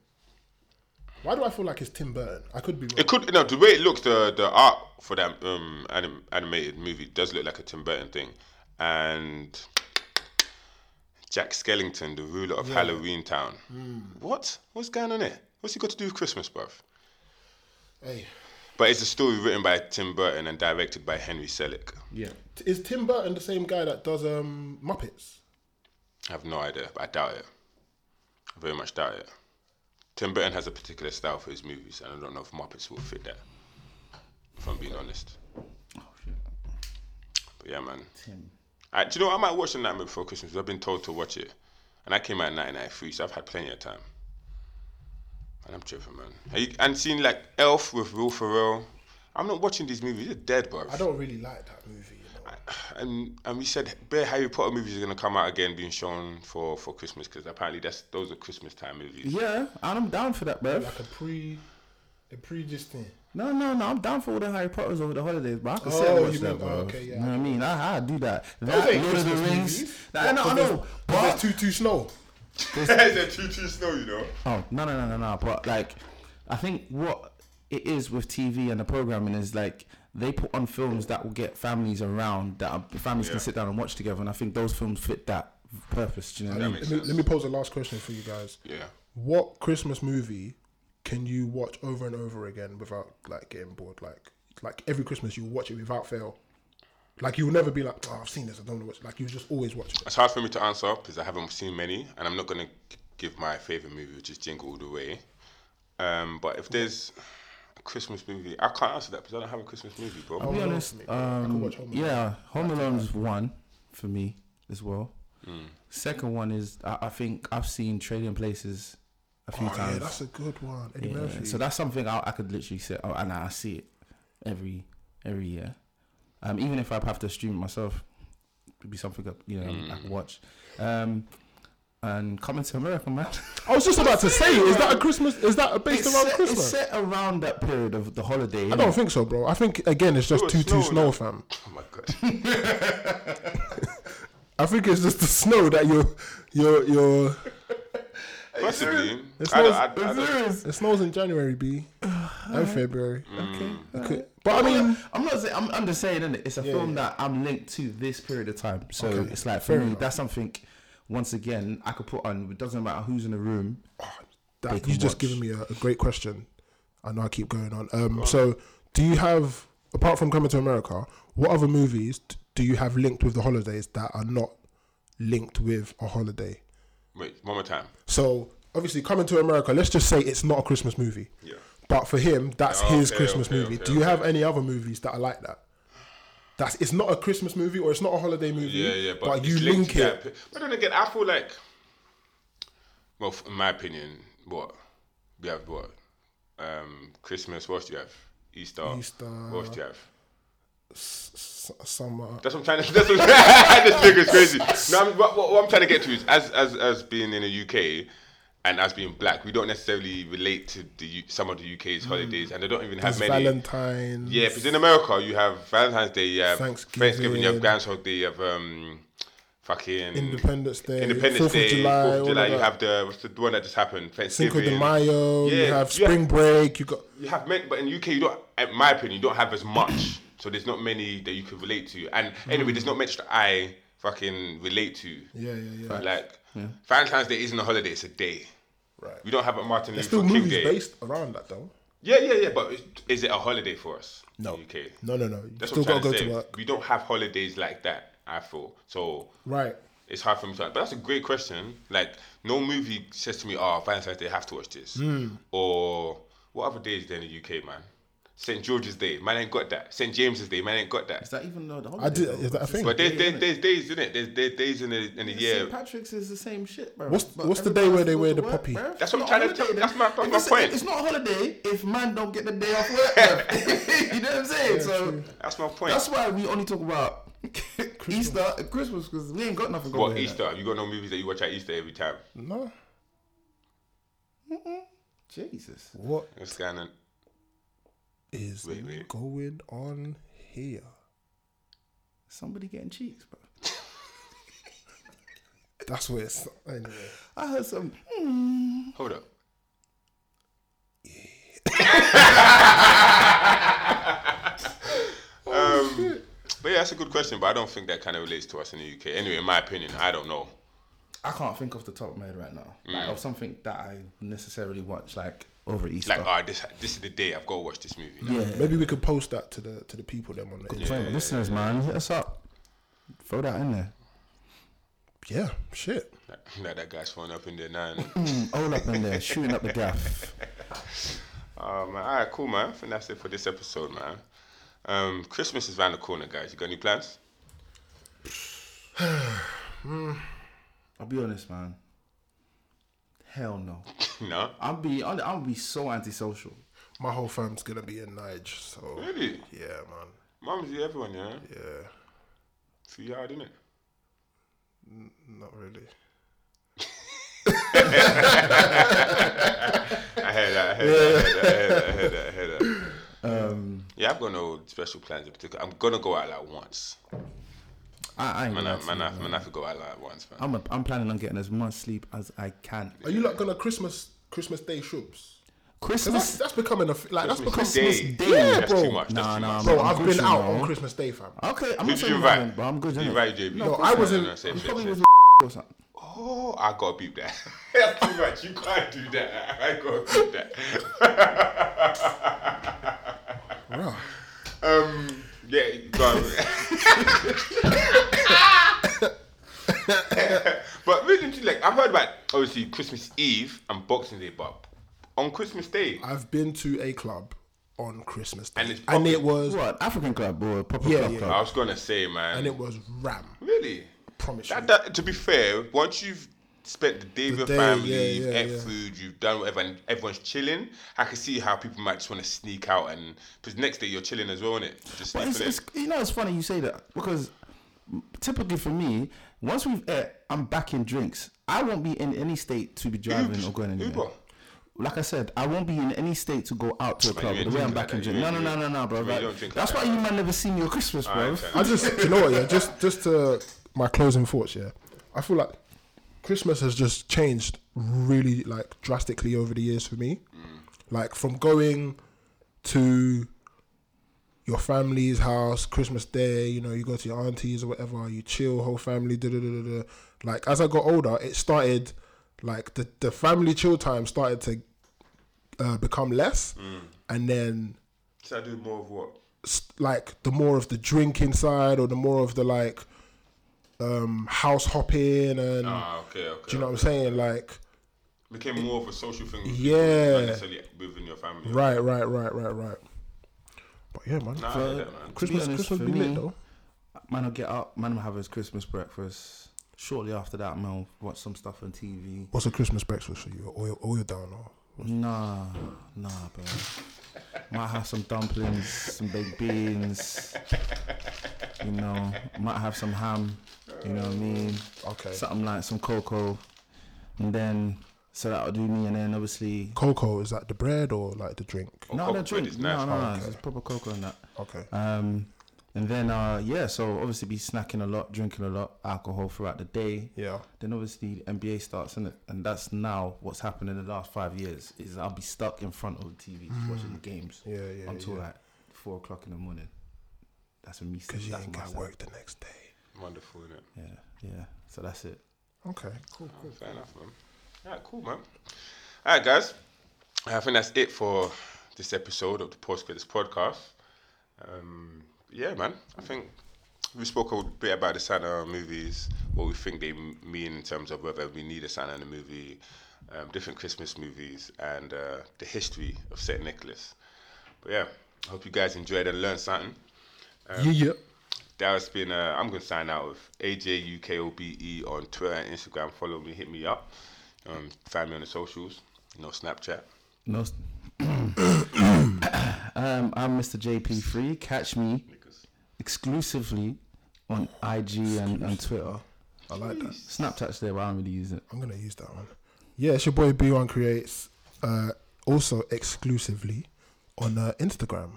Why do I feel like it's Tim Burton? I could be wrong. It could no the way it looks. The the art for that um anim, animated movie does look like a Tim Burton thing, and Jack Skellington, the ruler of Halloween Town. What? What's going on there? What's he got to do with Christmas, bruv? hey, But it's a story written by Tim Burton and directed by Henry Selick. Yeah. t- is Tim Burton the same guy that does um Muppets? I have no idea, but I doubt it. I very much doubt it. Tim Burton has a particular style for his movies, and I don't know if Muppets will fit that. If I'm being honest. But yeah, man. I, do you know what? I might watch The Nightmare Before Christmas. 'cause I've been told to watch it, and I came out in 1993, so I've had plenty of time. And I'm tripping, man. Are you, and seeing like Elf with Will Ferrell. I'm not watching these movies. They're dead, bro. I don't really like that movie. You know? And and we said bare Harry Potter movies are gonna come out again, being shown for for Christmas because apparently that's those are Christmas time movies. Yeah, and I'm down for that, bruv. Like a pre, a pre this thing. No, no, no. I'm down for all the Harry Potters over the holidays, but I can Oh, sit and watch you that, mean- bro. oh, okay, yeah. You know what I mean? I, I do that. Those That, ain't Lord of the Christmas Rings. movies. That, no, I know. But But, too too snow. They're too too snow, you know. oh, no, no, no, no, no. But, like, I think what it is with TV and the programming is, like, they put on films that will get families around, that are- families Yeah. can sit down and watch together. And I think those films fit that purpose. Do you know what I That mean? makes Let me, sense. let me pose a last question for you guys. Yeah. What Christmas movie can you watch over and over again without like getting bored? Like like every Christmas you watch it without fail. Like you'll never be like, oh, I've seen this. I don't want to watch. it." Like you just always watch it. It's hard for me to answer because I haven't seen many, and I'm not gonna g- give my favorite movie, which is Jingle All the Way. Um, but if there's a Christmas movie, I can't answer that because I don't have a Christmas movie, bro. To be Alone honest, for me, bro. I could um, watch Home Alone. yeah, Home Alone's one for me as well. Hmm. Second one is I, I think I've seen Trading Places a few Oh, times. yeah, that's a good one. Eddie Yeah, Murphy. So that's something I, I could literally sit oh, and I see it every every year. Um, even if I have to stream it myself, it'd be something that you know I could watch. Um, and coming to America, man. I was just about to say, is that a Christmas? Is that based It's around set, it's Christmas? set around that period of the holiday. I don't think so, bro. I think again, it's just It was too too snow, snow, fam. innit? Oh my god. I think it's just the snow that you're you're you're. Possibly. It I snows, don't, I, I don't, it snows in January, B, and February. Mm. Okay. Okay. But I mean, I'm not saying I'm, I'm just saying innit? it's a film that I'm linked to this period of time. So it's like for me, that's something. Once again, I could put on. It doesn't matter who's in the room. that, can you just watch. given me a, a great question. I know I keep going on. Um, so do you have apart from coming to America, what other movies d- do you have linked with the holidays that are not linked with a holiday? wait, one more time. So obviously, coming to America, let's just say it's not a Christmas movie. Yeah. But for him, that's Okay, his Christmas okay, movie. okay, Do you okay. have any other movies that are like that? That's it's not a Christmas movie or it's not a holiday movie. Yeah, yeah, but, but, you it's linked link to that it. pe- But then again, I feel like, well, f- in my opinion, what we have, what um, Christmas, what else do you have? Easter, Easter. what else do you have? S- Summer. That's what I'm trying to. That's what this nigga's crazy. No, I'm, what, what, what I'm trying to get to is as as as being in the UK. And as being black, we don't necessarily relate to the U- some of the UK's holidays, and they don't even have Hmm. There's many. Valentine's. Yeah, because in America you have Valentine's Day, you have Thanksgiving. Thanksgiving, you have Groundhog Day, you have um, fucking Independence Day, Independence Fourth of Day, July, Fourth of all July. of You that. have the what's the one that just happened? Thanksgiving. Cinco de Mayo. you Yeah, have you spring have- break. You got. You have many, but in UK you don't. In my opinion, you don't have as much. so there's not many that you could relate to. And anyway, there's not much that I fucking relate to. Yeah, yeah, yeah. Like Valentine's Day isn't a holiday; it's a day. Right. We don't have a Martin There's Luther still King movies Day. based around that though. Yeah, yeah, yeah. But is, is it a holiday for us? No. In the UK. No, no, no. You That's still what gotta I'm go trying to say. work. We don't have holidays like that. I feel so. Right. It's hard for me to. But that's a great question. Like no movie says to me, "Oh, Valentine's Day, have to watch this." Or what other days there in the UK, man? St George's Day, man ain't got that. St James's Day, man ain't got that. Is that even though the holiday? I did. though? Is that a thing? But there's, there's, there's days in it. There's, there's days in the in the St. year. Patrick's is the same shit, bro. What's- But what's the everybody day where has they wear the to go to work, puppy? bruv. It's That's what not I'm trying a to tell- holiday, that's my- that's then. my It's a- point. It's not a holiday if man don't get the day off work. bruv. you know what I'm saying? so That's my point. that's why we only talk about Easter and Christmas because we ain't got nothing going what on. Easter? You got no movies that you watch at Easter every time? no. Jesus. What It's kind of is Wait, wait. going on here? Somebody getting cheeks, bro. That's what it's. Anyway. I heard some. hold up. um, but yeah, that's a good question. But I don't think that kind of relates to us in the UK. Anyway, in my opinion, I don't know. I can't think off the top of my head right now. Mm. Like, of something that I necessarily watch like over Easter. Like, ah, this this is the day I've got to watch this movie. now. yeah. Maybe we could post that to the to the people then on the Insta. Friend, listeners, man, hit us up. Throw that in there. Yeah, shit. Like, like that guy's phone up in there now. innit? All up in there, shooting up the gaff. Oh man, all right, cool man. I think that's it for this episode, man. Um, Christmas is around the corner, guys. You got any plans? I'll be honest, man. Hell no. no. I'm be I'm, I'm be so antisocial. My whole fam's gonna be in Nige, so Really? yeah, man. Mum's the everyone, yeah? Yeah, For you hard, innit? not really. I heard that, I heard that, I heard that, I heard that, I heard that. I heard that. yeah, I've got no special plans in particular. I'm gonna go out like once. I, I ain't Man, gonna I, lie to man, you, I, man, I have to go out like once, man. I'm a, I'm planning on getting as much sleep as I can. Are you like gonna Christmas Christmas Day shroops? Cause that's Christmas. that's becoming a f- like that's becoming Christmas Day. Yeah, That's bro. too much. That's Nah, too nah, much. Bro, I'm I've good, been you out know. on Christmas Day, fam. Okay, I'm Who not did you saying invite? nothing, but I'm good. Did you innit? invite JB? No, I was in- say You it, probably say it, was say a it. or something. Oh, I gotta beep that. That's too much. You can't do that. I gotta beep that. Bruh. um, yeah, you gotta. but really, like I've heard about obviously Christmas Eve and Boxing Day, but on Christmas Day, I've been to a club on Christmas Day, And and, it's popping. it was What African club or proper Yeah, club yeah. club? I was gonna say, man, and it was ram. really. Promise That, you. that, to be fair, once you've spent the day The with your day, family, yeah, you've yeah, ate yeah. food, you've done whatever, and everyone's chilling, I can see how people might just want to sneak out and because next day you're chilling as well, innit? Just But sneaking it's, in. it's, you know, it's funny you say that because typically for me, once we've ate, I'm back in drinks. I won't be in any state to be driving or going anywhere. Uber. Like I said, I won't be in any state to go out to a club. you The ain't way I'm drink like back in that. drinks. You No, no, ain't- no, no, no, bro. you Like, don't drink like that's why that. you might never see me at Christmas, bro. okay. I just you know what, yeah, just just to my closing thoughts, yeah. I feel like Christmas has just changed really like drastically over the years for me. Like from going to your family's house, Christmas Day, you know, you go to your auntie's or whatever, you chill, whole family, da da da da. Like as I got older, it started like the the family chill time started to uh, become less, and then Should I do more of Mm. what? s- like the more of the drinking side or the more of the like um house hopping and Ah, okay, okay. do you know what I'm saying? Like Became more of a social thing. with people, Yeah. Not necessarily within your family. right, right, right, right, right. But yeah, man. Nah, I hear that, man. Christmas, honest, Christmas for be me- lit though. Man will get up. Man will have his Christmas breakfast. Shortly after that, man will watch some stuff on TV. What's a Christmas breakfast for you? Oil, oil down or Nah, nah, bro. Might have some dumplings, some baked beans. You know, might have some ham. You know what I mean? okay. Something like some cocoa, and then so that'll do me. And then obviously, Cocoa is that the bread or like the drink? no, cocoa no bread drink. is No, nice. no, no. It's proper cocoa and that. Okay. Um, and then uh, yeah, so obviously be snacking a lot, drinking a lot, alcohol throughout the day. Yeah. Then obviously the NBA starts and and that's now what's happened in the last five years is I'll be stuck in front of the TV watching the games. Mm. Yeah, yeah, Until yeah. like four o'clock in the morning. That's a me. Because you that's ain't my got side. work the next day. Wonderful, innit? Yeah, yeah. So that's it. Okay. Cool. Cool. Fair enough, man. Alright, cool, man. Alright, guys. I think that's it for this episode of the Post Credits Podcast. Um, yeah, man. I think we spoke a bit about the Santa movies, what we think they m- mean in terms of whether we need a Santa in the movie, um, different Christmas movies, and uh, the history of St. Nicholas. But yeah, I hope you guys enjoyed and learned something. yeah, yeah. That's been. Uh, I'm gonna sign out with AJUKOBE E on Twitter and Instagram. Follow me, hit me up. Um, find me on the socials. No Snapchat. No. s- um, I'm Mr. JP Free. Catch me exclusively on IG and, and Twitter. I like that. Snapchat's there, but I don't really use it. I'm gonna use that one. Yeah, it's your boy B1 Creates. Uh, also exclusively on uh, Instagram,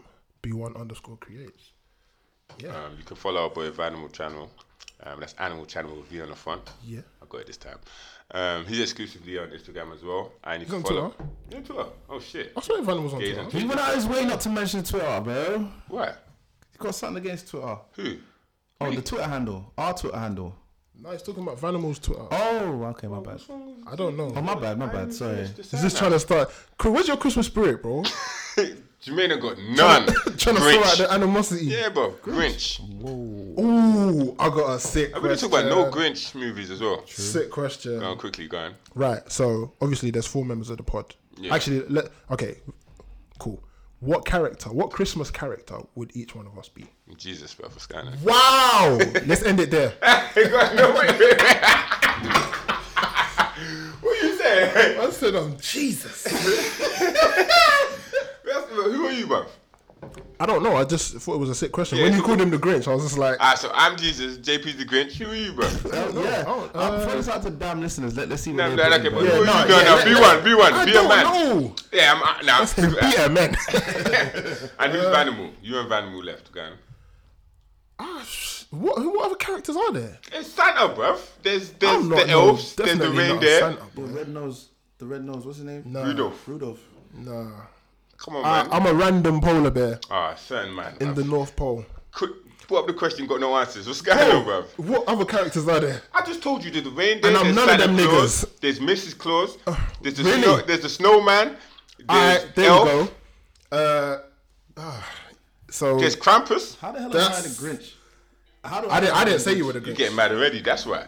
B1 underscore Creates. Um, you can follow our boy with Animal Channel. Um, that's Animal Channel with V on the front. Yeah. I got it this time. Um, he's exclusively on Instagram as well, and you He's can on follow. Twitter? He's on Twitter. Oh shit. I swear, if Van was on Yeah, he's Twitter. on He Twitter. went out his way not to mention Twitter, bro. You Why? got something against Twitter. Who? Oh, the Twitter handle. Our Twitter handle. No, he's talking about Vanimals Twitter. Oh, okay, my bad. I don't know. Oh, my bad, my bad. Sorry. Is this trying to start? Cr- Where's your Christmas spirit, bro? Jermaine ain't got none. trying to sort out the animosity. Yeah, bro. Grinch. Ooh, I got a sick. I'm gonna question. talk about no Grinch movies as well. Sick question. Go on, quickly, go on. Right. So obviously, there's four members of the pod. Yeah. Actually, let okay, cool. What character? What Christmas character would each one of us be? Jesus, bro, for scanning. Wow. Let's end it there. Hey, go on, no, wait, wait, wait. what you say? Yeah. I said, um, Jesus. That's- Who are you, bruv? I don't know. I just thought it was a sick question. when Yeah. you called him the Grinch, I was just like, Ah, so I'm Jesus. JP's the Grinch. Who are you, bruv? I don't know. Yeah. I don't- Uh, uh, Throw this out to damn listeners. Let, let's see what No, they no, put okay, in, but bro. who are no, you? No, yeah, no, let- be one, be one, I be a don't man. know. Yeah, I'm uh, now. Peter, man. and who's Vanimal? You and Vanimal left, guy. Ah, sh- what, who- what other characters are there? It's Santa, bruv. There's I'm there's not- the no, elves, there's the definitely not reindeer. Santa, bro. The red nose. The red nose. What's his name? Nah, Rudolph. Rudolph. Um, Nah. Come on, I, man. Uh, I'm a random polar bear Ah, certain man. in bruv. the North Pole. Quick, put up the question. Got no answers. What's going on, bruv? What other characters are there? I just told you there's the reindeer, And I'm there's none of Santa them niggas. Claus, Uh, there's Mrs. Claus, there's the really? snow, there's the snowman, there's Alright, there elf, you go. Uh, ah, so there's Krampus. How the hell am I the That's- Grinch? How do I didn't. I didn't say you were. were the You're Grinch. getting mad already. That's why.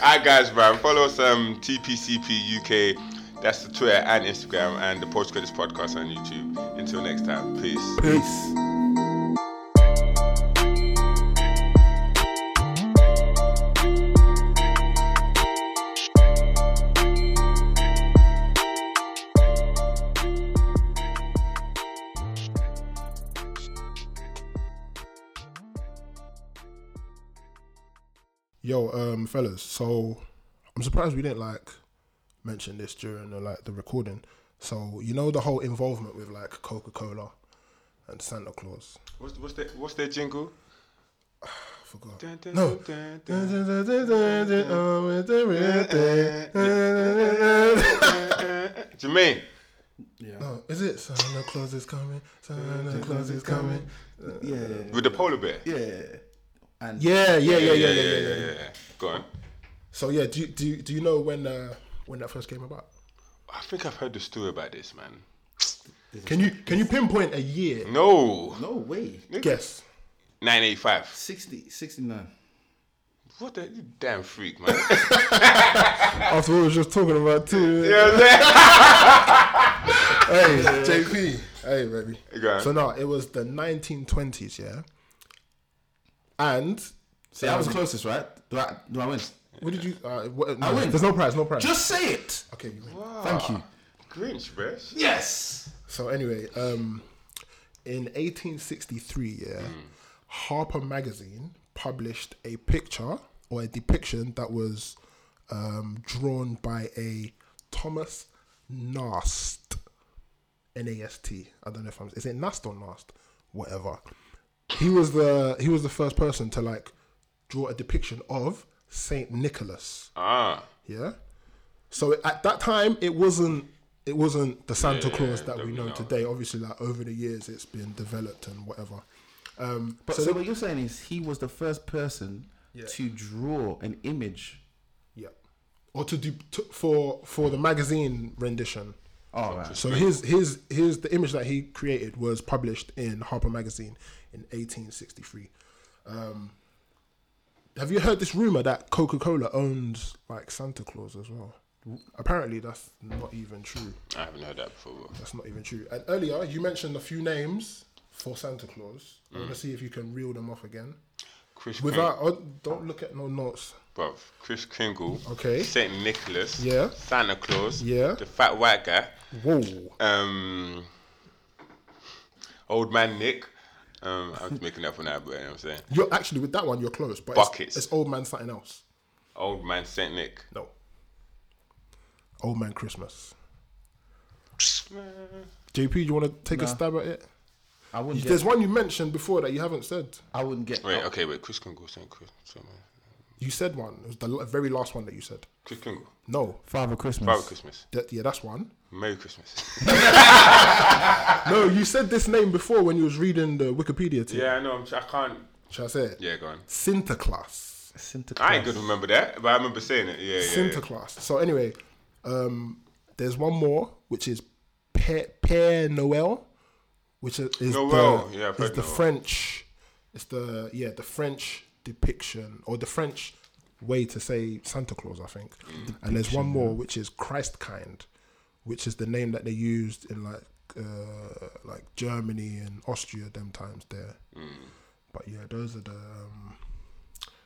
Alright, guys, man. Follow us um TPCP UK. That's the Twitter and Instagram and the Post Credits Podcast on YouTube. Until next time, peace. Peace. Yo, um, fellas. So, I'm surprised we didn't like mention this during the, like the recording. So, you know the whole involvement with like Coca Cola and Santa Claus. What's, what's their What's their jingle? I forgot. Dun, dun, No. dun, dun, dun. No, Jermaine. Oh, is it Santa Claus is coming? Santa Claus is coming. Yeah, yeah, With the polar bear. yeah, yeah. And Yeah, yeah, yeah, yeah, yeah, yeah. yeah, yeah, yeah. Go on. So yeah, do you- do you- do you know when uh, when that first came about? I think I've heard the story about this, man. Can you can you pinpoint a year? No. no way. Mm-hmm. Guess. 985. 60, 69. What the? You damn freak, man. After what we were just talking about too. You know what I'm saying? Hey, JP. Hey, baby. Go on. So no, it was the 1920s, yeah. And See, I was closest, right? Do I, do I win? what did you? Uh, what, no, I win. There's no prize. No prize. Just say it. okay. You win. Thank you. Grinch, bruh. Yes. So anyway, um, in 1863, yeah, Harper Magazine published a picture or a depiction that was um, drawn by a Thomas Nast, N-A-S-T. I don't know if I'm is it Nast or Nast, whatever. He was the he was the first person to like draw a depiction of Saint Nicholas. Ah. Yeah. So at that time, it wasn't it wasn't the Santa Claus that we know today. Obviously, like over the years, it's been developed and whatever. Um, But so, so, what you're saying is he was the first person to draw an image. yeah, or to do to, for for the magazine rendition. Oh, right. So his his his the image that he created was published in Harper Magazine in 1863. Um, have you heard this rumor that Coca Cola owns like Santa Claus as well? Apparently, that's not even true. I haven't heard that before. That's not even true. And earlier, you mentioned a few names for Santa Claus. I want to see if you can reel them off again. Chris Without, oh, don't look at no notes. Bruv, Chris Kringle. Okay. Saint Nicholas. Yeah. Santa Claus. Yeah. The fat white guy. Whoa. Um. Old man Nick. Um, I'm just making up on that, but you know what I'm saying. You're actually with that one. You're close, but it's- Buckets. It's, old man something else. Old man Saint Nick. No. Old man Christmas. JP, do you want to take a stab at it? I wouldn't There's get. one you mentioned before that you haven't said. I wouldn't get. Oh. Wait, okay, wait. Chris Kringle, Saint Chris. Saint Nick. You said one. It was the l- very last one that you said. Chris Kringle. No. Father Christmas. Father Christmas. That- yeah, that's one. Merry Christmas. No, you said this name before when you was reading the Wikipedia. Team. yeah, I know. I'm, tr- I can't. Should I say it? Yeah, go on. Santa Claus. Santa Claus. I ain't gonna remember that, but I remember saying it. Yeah, yeah. yeah. Sinterklaas. So anyway, um, there's one more which is Père, Père Noël, which is, is Noël. the, Yeah, I've is heard the Noël. French. It's the yeah the French depiction or the French way to say Santa Claus, I think. Mm. And there's one more which is Christ kind, which is the name that they used in like uh, like Mm. Germany and Austria them times there. But yeah, those are the um,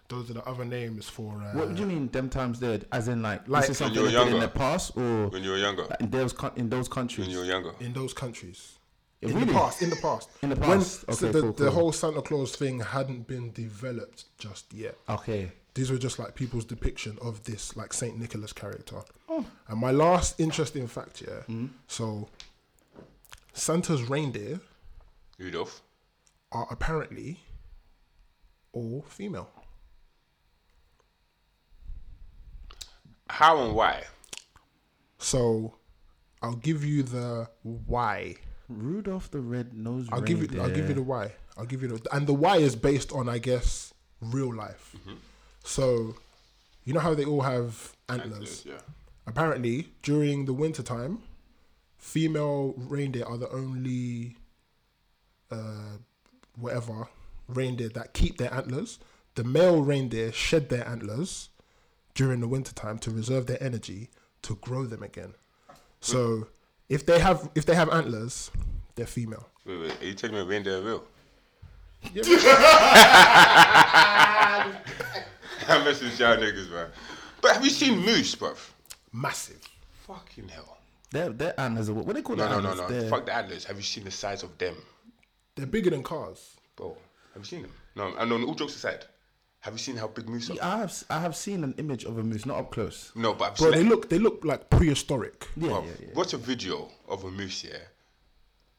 Those are the other names for. Uh, What do you mean them times dead? As in like, Like- this is When you something were they did in younger. the past or When you were younger. like, in those co- in those countries? When you were younger. in those countries. Yeah, In the really? past, in the past, In the past. so Okay, the, cool, the cool. whole Santa Claus thing hadn't been developed just yet. Okay. These were just like people's depiction of this like Saint Nicholas character. Oh. And my last interesting fact, yeah. Hmm. So Santa's reindeer Rudolph. are apparently all female. How and why? So I'll give you the why. Rudolph the Red Nose I'll give you. I'll give you the why. I'll give you the. And the why is based on, I guess, real life. So, you know how they all have antlers. Yeah. Apparently, during the winter time, female reindeer are the only, uh, whatever reindeer that keep their antlers. The male reindeer shed their antlers during the winter time to reserve their energy to grow them again. So, if they have if they have antlers, they're female. Wait, wait. Are you telling me reindeer are real? I'm messing with y'all niggas, man. But have you seen moose, bruv? Massive. Fucking hell. Their, their antlers are what, what they call No, their no, no, antlers? no. Their- Fuck the antlers. Have you seen the size of them, They're bigger than cars. bro? Have you seen them? No. And on all jokes aside, have you seen how big moose are? I have s- I have seen an image of a moose, not up close. No, but I've Bro, seen. they look they look like prehistoric. Yeah, Bruv, yeah, yeah. Watch a video of a moose here.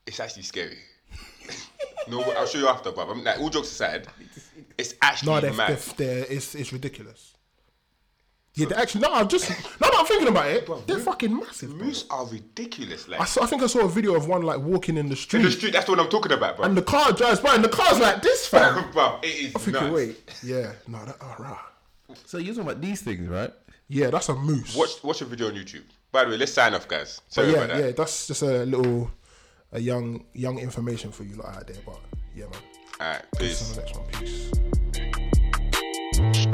It's actually scary. no, I'll show you after, but I'm like, all jokes aside, it's actually No, they're, mad. they're, they're it's it's ridiculous. Yeah, they actually no, I'm just no, no, I'm thinking about it. They're fucking massive. Bro. Moose are ridiculous. Like I saw, I think I saw a video of one like walking in the in street, the street, that's what I'm talking about, bro. and the car drives by, and the car's like this, fam. Bruv, it is I'm thinking, nuts. wait, yeah, no, that all right. So you're talking about these things, right? Yeah, that's a moose. Watch watch a video on YouTube. By the way, let's sign off, guys. but Sorry Oh, yeah, about that. yeah, that's just a little, a young young information for you lot out there. But yeah, man, All right, see you peace. on the next one. Peace.